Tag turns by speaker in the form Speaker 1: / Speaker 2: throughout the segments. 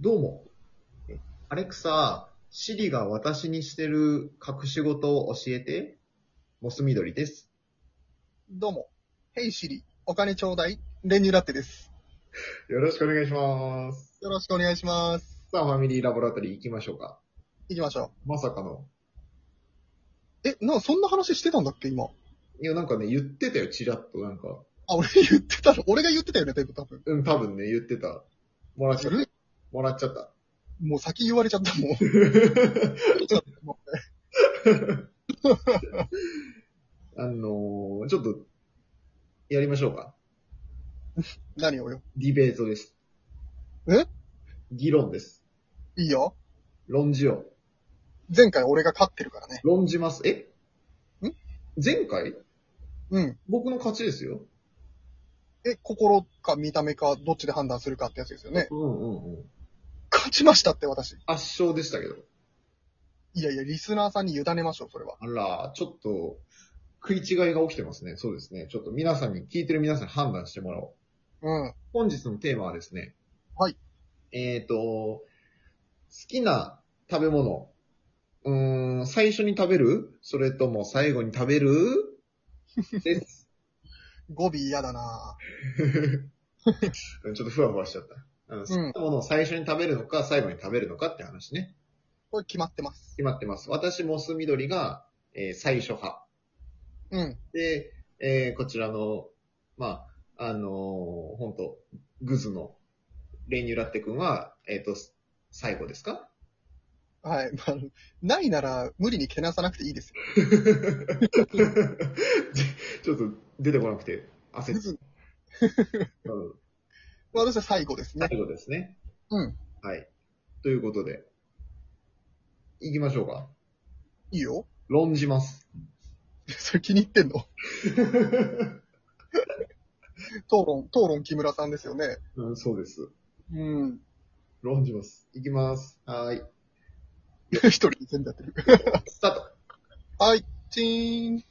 Speaker 1: どうも。えアレクサ、シリが私にしてる隠し事を教えて。モス緑です。
Speaker 2: どうも。ヘイシリ、お金ちょうだい、練乳ラテです。
Speaker 1: よろしくお願いします。
Speaker 2: よろしくお願いします。
Speaker 1: さあ、ファミリーラボラトリー行きましょうか。
Speaker 2: 行きましょ
Speaker 1: まさかの。
Speaker 2: う。え、な、そんな話してたんだっけ、今。
Speaker 1: いや、なんかね、言ってたよ、チラッと。なんか。
Speaker 2: あ、俺言ってたの俺が言ってたよね、多分。多分
Speaker 1: うん、多分ね、言ってた。もらっちゃった。
Speaker 2: ずる
Speaker 1: もらっちゃった。
Speaker 2: いもう先言われちゃったもん。ちょっとも
Speaker 1: あのー、ちょっと、やりましょうか。
Speaker 2: う何をよ。
Speaker 1: ディベートです。
Speaker 2: え
Speaker 1: 議論です。
Speaker 2: いいよ。
Speaker 1: 論じよ
Speaker 2: 前回俺が勝ってるからね。
Speaker 1: う。論じます。え
Speaker 2: ん
Speaker 1: 前回
Speaker 2: うん。
Speaker 1: 僕の勝ちですよ。
Speaker 2: え、心か見た目か、どっちで判断するかってやつですよね。
Speaker 1: うんうんうん。
Speaker 2: 勝ちましたって、私。
Speaker 1: 圧勝でしたけど。
Speaker 2: いやいや、リスナーさんに委ねましょう、それは。
Speaker 1: あら、ちょっと、食い違いが起きてますね。そうですね。ちょっと皆さんに、聞いてる皆さんに判断してもらおう。
Speaker 2: うん。
Speaker 1: 本日のテーマはですね。
Speaker 2: はい。
Speaker 1: えっ、と、好きな食べ物。うーん、最初に食べるそれとも最後に食べる です。
Speaker 2: 語尾嫌だな
Speaker 1: うんちょっとふわふわしちゃった。うん、好きなものを最初に食べるのか、最後に食べるのかって話ね。
Speaker 2: これ決まってます。
Speaker 1: 決まってます。私、モス緑が、えー最初派。
Speaker 2: うん。
Speaker 1: で、えーこちらの、まあ、あのー、本当グズの練乳ラッテ君は、えっ、と、す最後ですか
Speaker 2: はい。まあ、ないなら、無理にけなさなくていいですよ
Speaker 1: ちょっと出てこなくて焦
Speaker 2: グ
Speaker 1: っ
Speaker 2: ズ
Speaker 1: た。うん
Speaker 2: 私は最後ですね。
Speaker 1: 最後ですね。
Speaker 2: うん。
Speaker 1: はい。ということで、行きましょうか。
Speaker 2: いいよ。
Speaker 1: 論じます。
Speaker 2: それ気に入ってんの討論、討論木村さんですよね。
Speaker 1: うん、そうです。
Speaker 2: うん。
Speaker 1: 論じます。行きます。はーい。
Speaker 2: 一人で全部やってる。
Speaker 1: スタート
Speaker 2: はい、チーン。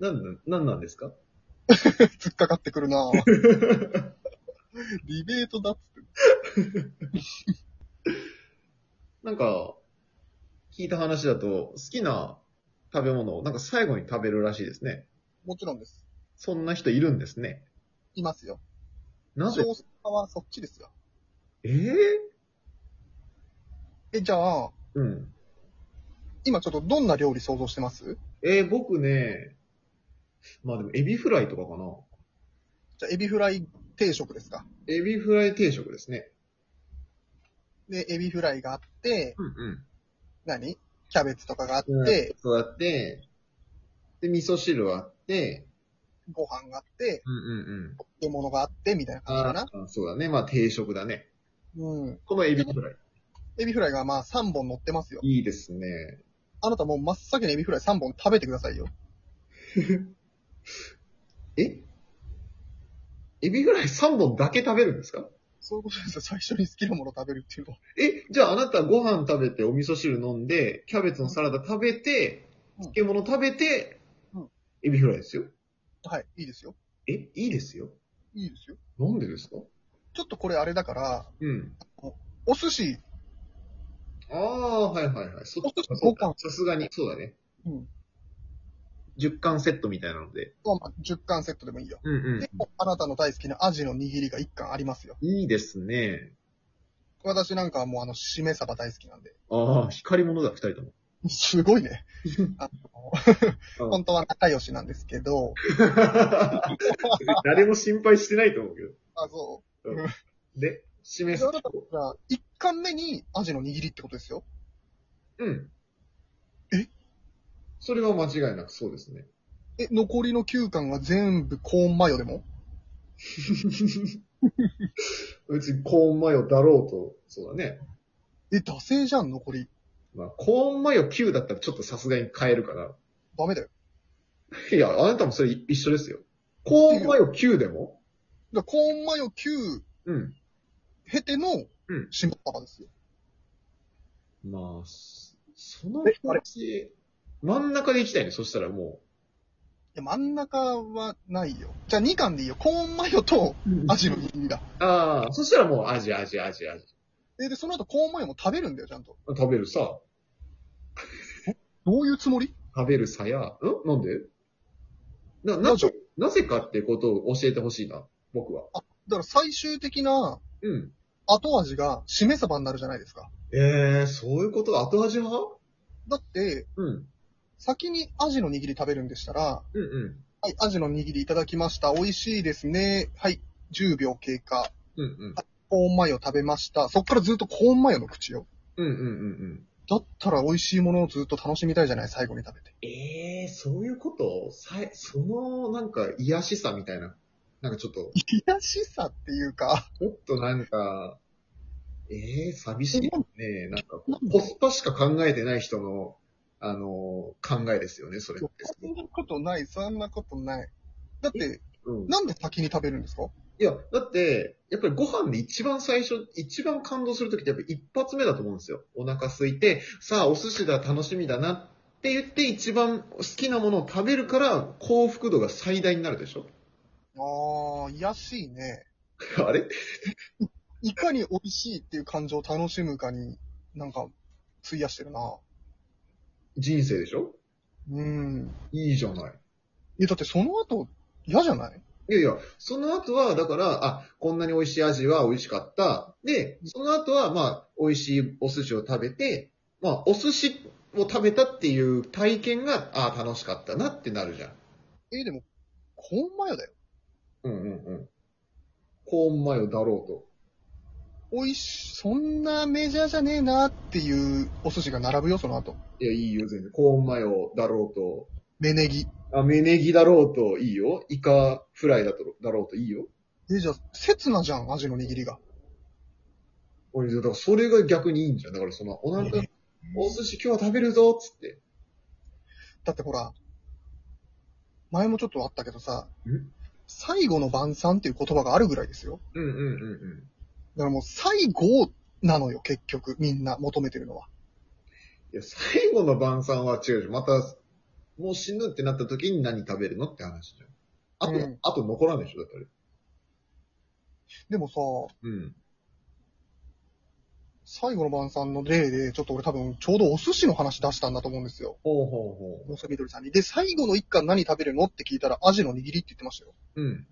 Speaker 1: なんなん、なんなんですか
Speaker 2: 突っかかってくるなぁ。 ディベートだっつって。
Speaker 1: なんか、聞いた話だと、好きな食べ物をなんか最後に食べるらしいですね。
Speaker 2: もちろんです。
Speaker 1: そんな人いるんですね。
Speaker 2: いますよ。
Speaker 1: なぜ
Speaker 2: 少数派はそっちですよ。
Speaker 1: えぇ、
Speaker 2: え、じゃあ、
Speaker 1: うん。
Speaker 2: 今ちょっとどんな料理想像してます
Speaker 1: えー、僕ね、まあでも、エビフライとかかな。
Speaker 2: じゃあ、エビフライ定食ですか。
Speaker 1: エビフライ定食ですね。
Speaker 2: で、エビフライがあって、
Speaker 1: うんうん。
Speaker 2: 何キャベツとかがあって、
Speaker 1: で、そうやって、で、味噌汁あって、
Speaker 2: ご飯があって、
Speaker 1: うんうんうん。
Speaker 2: 漬物があって、みたいな感じかな
Speaker 1: あ。あ、そうだね。まあ定食だね。
Speaker 2: うん。
Speaker 1: このエビフライ。
Speaker 2: エビフライがまあ3本乗ってますよ。
Speaker 1: いいですね。
Speaker 2: あなたもう真っ先にエビフライ3本食べてくださいよ。
Speaker 1: えエビフライ3本だけ食べるんですか
Speaker 2: そういうことですよ。最初に好きなもの食べるっていうのは。
Speaker 1: え、じゃああなたご飯食べて、お味噌汁飲んで、キャベツのサラダ食べて、
Speaker 2: うん
Speaker 1: 漬物食べて
Speaker 2: うん、
Speaker 1: エビフライですよ。
Speaker 2: はい、いいですよ。
Speaker 1: え、いいですよ。
Speaker 2: いいですよ。
Speaker 1: なんでですか
Speaker 2: ちょっとこれあれだから、
Speaker 1: うん。
Speaker 2: お寿司、
Speaker 1: ああ、はいはいはい。そっ
Speaker 2: お寿
Speaker 1: か
Speaker 2: 司
Speaker 1: そっ
Speaker 2: 5
Speaker 1: か
Speaker 2: 貫、
Speaker 1: さすがに。そうだね。
Speaker 2: うん。
Speaker 1: 10巻セットみたいなので。
Speaker 2: まあ10貫セットでもいいよ。
Speaker 1: うん
Speaker 2: で、あなたの大好きなアジの握りが1貫ありますよ。
Speaker 1: ん。いいですね。
Speaker 2: 私なんかはもうあの、しめ鯖大好きなんで。
Speaker 1: ああ、光り物だ、二人とも。
Speaker 2: すごいね。あ
Speaker 1: う
Speaker 2: の、
Speaker 1: ん
Speaker 2: 本当は仲良しなんですけど、
Speaker 1: 誰も心配してないと思うけど。
Speaker 2: あ、そ
Speaker 1: で、
Speaker 2: う。
Speaker 1: 示す
Speaker 2: じゃあ。だから、1貫目にアジの握りってことですよ。
Speaker 1: うん。
Speaker 2: え
Speaker 1: それは間違いなくそうですね。
Speaker 2: え、残りの9巻は全部コーンマヨでも
Speaker 1: 別にコーンマヨだろうと、そうだね。
Speaker 2: え、惰性じゃん、残り。
Speaker 1: まあ、コーンマヨ9だったらちょっとさすがに変えるから。
Speaker 2: ダメだよ。
Speaker 1: いや、あなたもそれ一緒ですよ。コーンマヨ9でも
Speaker 2: だからコーンマヨ9
Speaker 1: うん。
Speaker 2: 経ての
Speaker 1: うん、
Speaker 2: シンパラですよ。
Speaker 1: まあ、そその
Speaker 2: えあれ
Speaker 1: 話、真ん中で行きたいね。そしたらも
Speaker 2: や、真ん中はないよ。じゃあ2巻でいいよ。コーンマヨとアジの握りだ。
Speaker 1: ああ、そしたらもうアジアジアジアジ。
Speaker 2: え、で、その後コーンマヨも食べるんだよ、ちゃんと。
Speaker 1: 食べるさ。
Speaker 2: どういうつもり
Speaker 1: 食べるさや、んなんでな、
Speaker 2: な
Speaker 1: なん
Speaker 2: でしょ
Speaker 1: ぜ
Speaker 2: う、
Speaker 1: なぜかってことを教えてほしいな、僕は。
Speaker 2: だから最終的な
Speaker 1: うん。
Speaker 2: 後味がしめ鯖になるじゃないですか。
Speaker 1: ええー、そういうこと後味派
Speaker 2: だって、
Speaker 1: うん。
Speaker 2: 先にアジの握り食べるんでしたら、
Speaker 1: うんうん。
Speaker 2: はい、アジの握りいただきました。美味しいですね。はい、10秒経過。
Speaker 1: うんうん。
Speaker 2: コーンマヨ食べました。そっからずっとコーンマヨの口よ。
Speaker 1: うんうんうんうん。
Speaker 2: だったら美味しいものをずっと楽しみたいじゃない最後に食べて。
Speaker 1: ええー、そういうことさえ、その、なんか、癒やしさみたいな。なんかちょっと、
Speaker 2: 癒しさっていうか、
Speaker 1: ちょっとなんか、ええー、寂しいね。なんかこ
Speaker 2: なん
Speaker 1: う、コ
Speaker 2: で
Speaker 1: スパしか考えてない人の、あのー、考えですよね、それって。
Speaker 2: そんなことない、そんなことない。だって、
Speaker 1: うん。
Speaker 2: なんで先に食べるんですか
Speaker 1: いや、だって、やっぱりご飯で一番最初、一番感動するときってやっぱ一発目だと思うんですよ。お腹空いて、さあお寿司だ、楽しみだなって言って一番好きなものを食べるから幸福度が最大になるでしょ
Speaker 2: あー、癒しいね。
Speaker 1: あれ
Speaker 2: いかに美味しいっていう感情を楽しむかに、なんか、費やしてるな。
Speaker 1: 人生でしょ
Speaker 2: うん。
Speaker 1: いいじゃない。
Speaker 2: いや、だってその後、嫌じゃない
Speaker 1: いやいや、その後は、だから、あ、こんなに美味しい味は美味しかった。で、その後は、まあ、美味しいお寿司を食べて、まあ、お寿司を食べたっていう体験が、あ楽しかったなってなるじゃん。
Speaker 2: え、でも、コーンマヨだよ。
Speaker 1: うんうんうん。コーンマヨだろうと。
Speaker 2: 美味し、そんなメジャーじゃねえなっていうお寿司が並ぶよ、その後。
Speaker 1: いや、いいよ、全然。コーンマヨだろう
Speaker 2: 芽ネギ。
Speaker 1: と。あ、メネギだろうと、いいよ。イカフライだと、だろうと、いいよ。
Speaker 2: え、じゃあ、刹那じゃん、アジの握りが。
Speaker 1: 俺、だから、それが逆にいいんじゃん。だから、その、お腹、お寿司今日は食べるぞ、つって。
Speaker 2: だってほら、前もちょっとあったけどさ
Speaker 1: ん、
Speaker 2: 最後の晩餐っていう言葉があるぐらいですよ。
Speaker 1: うんうんうんうん。
Speaker 2: だからもう最後なのよ、結局、みんな求めてるのは。
Speaker 1: いや、最後の晩餐は違うじゃん。また、もう死ぬってなった時に何食べるのって話じゃん。あと、
Speaker 2: うん
Speaker 1: あと残らないでしょ、だったら。
Speaker 2: でもさ、
Speaker 1: うん。
Speaker 2: 最後の晩餐の例で、ちょっと俺多分ちょうどお寿司の話出したんだと思うんですよ。
Speaker 1: ほうほうほ
Speaker 2: もうみどりさんに。で、最後の一貫何食べるのって聞いたら、アジの握りって言ってましたよ。
Speaker 1: う。うん。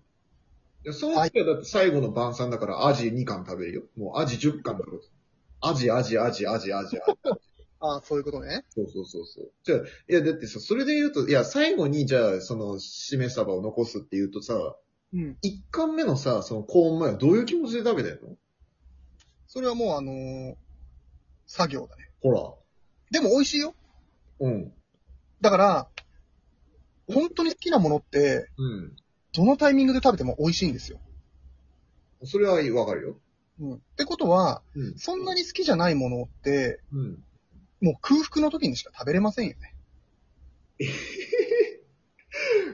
Speaker 1: いや、その時はだって最後の晩餐だからアジ2貫食べるよ。もうアジ10貫だろ。アジ、アジ、アジ、アジ、アジ、アジ。
Speaker 2: ああ、そういうことね。
Speaker 1: そうそうそうそう。じゃあ、いや、だってさ、それで言うと、いや、最後に、じゃあ、その、しめ鯖を残すって言うとさ、
Speaker 2: うん。
Speaker 1: 1貫目のさ、そのコーン前はどういう気持ちで食べたの
Speaker 2: それはもうあのー作業だね。
Speaker 1: ほ
Speaker 2: でも美味しいよ。
Speaker 1: ら。うん。
Speaker 2: だから、本当に好きなものって、
Speaker 1: うん。
Speaker 2: どのタイミングで食べても美味しいんですよ。
Speaker 1: それはわかるよ。
Speaker 2: うん。ってことは、
Speaker 1: うん。
Speaker 2: そんなに好きじゃないものって、
Speaker 1: うん。
Speaker 2: もう空腹の時にしか食べれませんよね。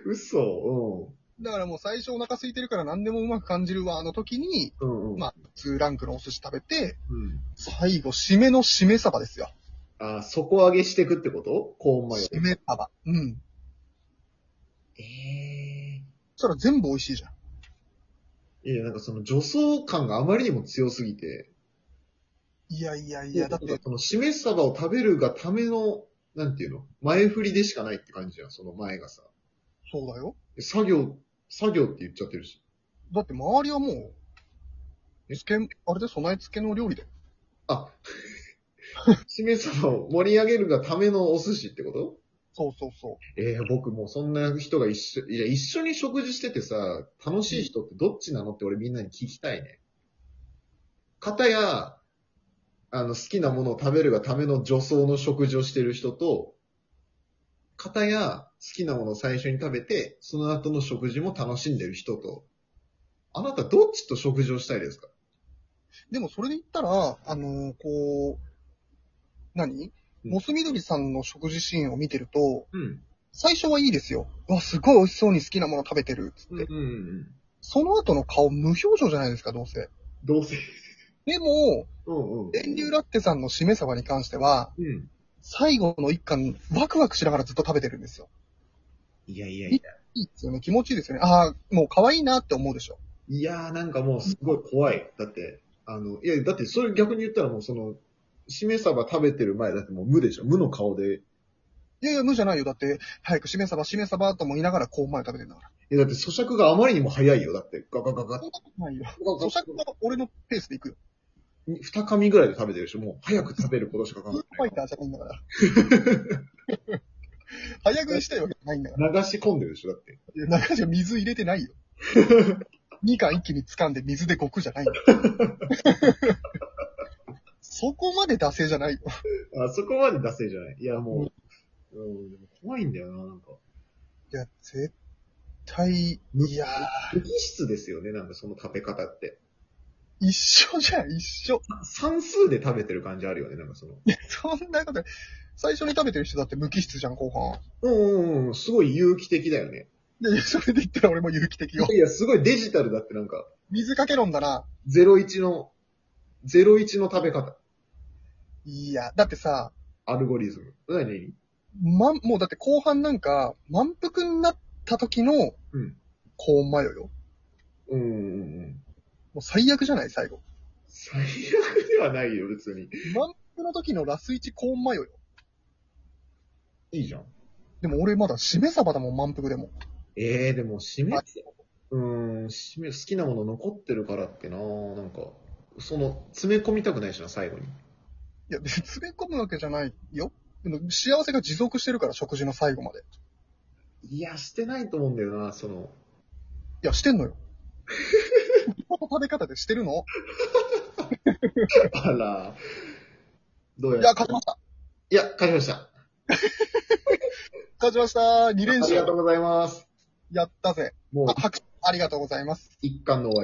Speaker 1: 嘘、
Speaker 2: だからもう最初お腹空いてるから何でもうまく感じるわ、あの時に、
Speaker 1: うん。うんうん。
Speaker 2: まあ、2ランクのお寿司食べて、
Speaker 1: うん。
Speaker 2: 最後、締めの締め鯖ですよ。
Speaker 1: あ、底上げしていくってことコーンマヨ。
Speaker 2: 締め鯖。うん。
Speaker 1: え
Speaker 2: そしたら全部美味しいじゃん。
Speaker 1: えいや、なんかその女装感があまりにも強すぎて。
Speaker 2: いやいやいや、だって、
Speaker 1: その、しめ鯖を食べるがための、なんていうの前振りでしかないって感じじゃん、その前がさ。
Speaker 2: そうだよ。
Speaker 1: 作業、作業って言っちゃってるし。
Speaker 2: だって周りはもう、つけ、あれで備え付けの料理だよ。
Speaker 1: あ、しめ鯖を盛り上げるがためのお寿司ってこと
Speaker 2: そうそうそう。
Speaker 1: ええ僕もうそんな人が一緒、いや、一緒に食事しててさ、楽しい人ってどっちなのって俺みんなに聞きたいね。かたや、あの、好きなものを食べるがための女装の食事をしてる人と、かたや、好きなものを最初に食べて、その後の食事も楽しんでる人と、あなたどっちと食事をしたいですか
Speaker 2: でもそれで言ったら、あのーこう、何
Speaker 1: うん
Speaker 2: モスみどりさんの食事シーンを見てると、
Speaker 1: うん。
Speaker 2: 最初はいいですよ。うわ、すごい美味しそうに好きなもの食べてる。つって。
Speaker 1: うんうんうん。
Speaker 2: その後の顔無表情じゃないですか、どうせ。
Speaker 1: どうせ。
Speaker 2: でも、
Speaker 1: うんうん。
Speaker 2: 電流ラッテさんの締め鯖に関しては、
Speaker 1: うん。
Speaker 2: 最後の一貫、ワクワクしながらずっと食べてるんですよ。
Speaker 1: いやいやいや。
Speaker 2: いいですよね。気持ちいいですよね。ああ、もう可愛いなって思うでしょ。
Speaker 1: いやー、なんかもうすごい怖い。だって、あの、いや、だってそれ逆に言ったらもうその、しめ鯖食べてる前、だってもう無でしょ無の顔で。
Speaker 2: いやいや、無じゃないよ。だって、早くしめさば、しめさばとも言いながら、こう前食べてんだから。
Speaker 1: え、だって咀嚼があまりにも早いよ。だって、ガガガガガ
Speaker 2: そんなことないよ。
Speaker 1: ガ
Speaker 2: 咀嚼は俺のペースで行くよ。
Speaker 1: 二噛みぐらいで食べてるでしょもう早く食べることしか考
Speaker 2: フードファイ
Speaker 1: え
Speaker 2: ターじゃないんだから。 早食いしたいわけじゃないんだから。
Speaker 1: ない。流し込んでるでしょだって。
Speaker 2: 中じゃ水入れてないよ。みかん一気に掴んで水でごくじゃないよ。そこまで惰性じゃないよ。
Speaker 1: あ、そこまで出せじゃない。いや、もう、うん、でも怖いんだよな、なんか。
Speaker 2: いや、絶対、
Speaker 1: む
Speaker 2: いや
Speaker 1: 無機質ですよね、なんかその食べ方って。
Speaker 2: ー、一緒じゃん、一緒。
Speaker 1: 算数で食べてる感じあるよね、なんかその。
Speaker 2: そんなことない最初に食べてる人だって無機質じゃん、後半。
Speaker 1: うんうんうん、すごい有機的だよね。
Speaker 2: いやいや、それで言ったら俺も有機 的よ。
Speaker 1: いや、すごいデジタルだってなんか、
Speaker 2: 水かけろんだな。
Speaker 1: 01の、01の食べ方。
Speaker 2: いや、だってさ、
Speaker 1: アルゴリズム。何何
Speaker 2: まん、もうだって後半なんか、満腹になった時の
Speaker 1: うん、
Speaker 2: 高温マヨよ。
Speaker 1: うんうんうん。
Speaker 2: もう最悪じゃない、最後。
Speaker 1: 最悪ではないよ、別に。
Speaker 2: 満腹の時のラスイチコーンマヨよ。
Speaker 1: いいじゃん。
Speaker 2: でも俺まだしめ鯖だもん、満腹でも。
Speaker 1: ええー、でも、締め
Speaker 2: あ、
Speaker 1: うーん、締め、好きなもの残ってるからってななんか、その、詰め込みたくないしな、最後に。
Speaker 2: いや、別に詰め込むわけじゃないよ。でも幸せが持続してるから、食事の最後まで。
Speaker 1: いや、してないと思うんだよな、その、
Speaker 2: いや、してんのよ。この食べ方でしてるの
Speaker 1: あら、どう
Speaker 2: い
Speaker 1: や
Speaker 2: や、
Speaker 1: ら
Speaker 2: 勝ちました。
Speaker 1: いや、勝ちました。
Speaker 2: 勝ちました。2連
Speaker 1: ありが
Speaker 2: 勝。
Speaker 1: とうございます。
Speaker 2: やったぜ。
Speaker 1: もう
Speaker 2: あ、拍手ありがとうございます。
Speaker 1: 一巻の終わり